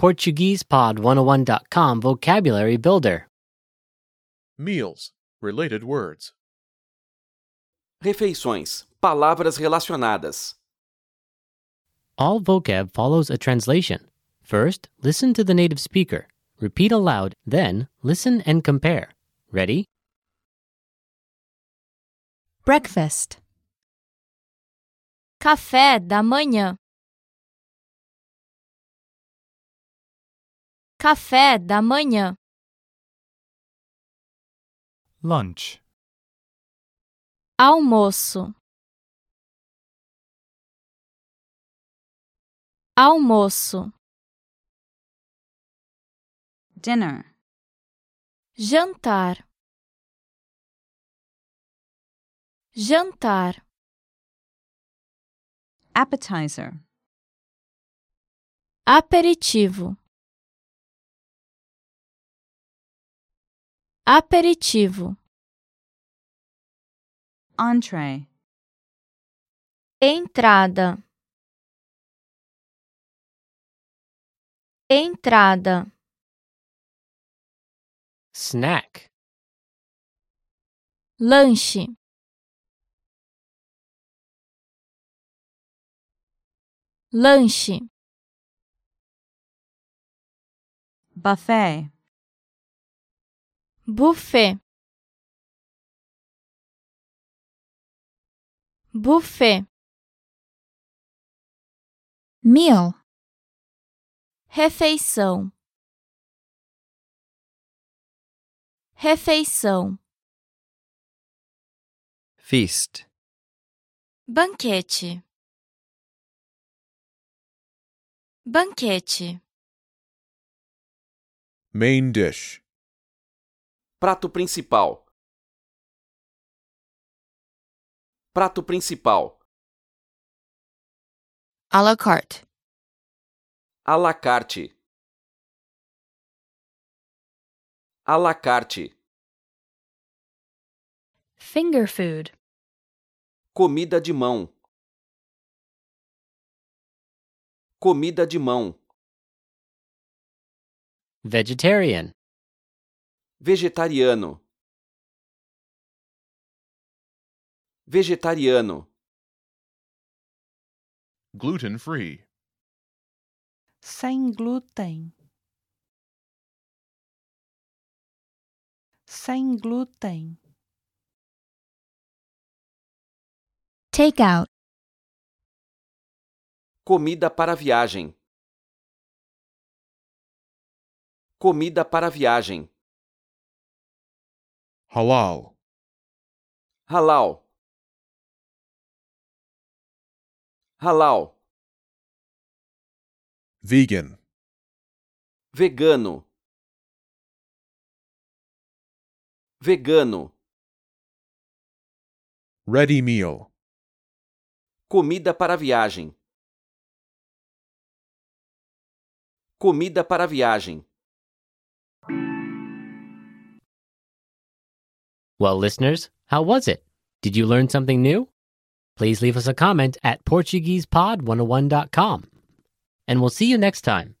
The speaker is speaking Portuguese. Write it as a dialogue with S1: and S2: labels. S1: PortuguesePod101.com Vocabulary Builder.
S2: Meals. Related words.
S3: Refeições. Palavras relacionadas.
S1: All vocab follows a translation. First, listen to the native speaker. Repeat aloud, then, listen and compare. Ready?
S4: Breakfast.
S5: Café da manhã. Café da manhã.
S6: Lunch.
S5: Almoço. Almoço.
S4: Dinner.
S5: Jantar. Jantar.
S4: Appetizer.
S5: Aperitivo. Aperitivo.
S4: Entree.
S5: Entrada. Entrada.
S1: Snack.
S5: Lanche. Lanche.
S4: Buffet.
S5: Buffet. Buffet.
S4: Meal.
S5: Refeição. Refeição.
S7: Feast.
S5: Banquete. Banquete.
S2: Main dish.
S3: Prato principal. Prato principal.
S5: À la carte.
S3: À la carte. À la carte.
S5: Finger food.
S3: Comida de mão. Comida de mão.
S1: Vegetarian.
S3: Vegetariano. Vegetariano.
S2: Gluten free.
S8: sem glúten, sem glúten,
S4: Takeout.
S3: Comida para viagem. Comida para viagem.
S2: Halal.
S3: Halal. Halal.
S2: Vegan.
S3: Vegano. Vegano.
S2: Ready meal.
S3: Comida para viagem. Comida para viagem.
S1: Well, listeners, how was it? Did you learn something new? Please oh leave us a comment at PortuguesePod101.com. And we'll see you next time.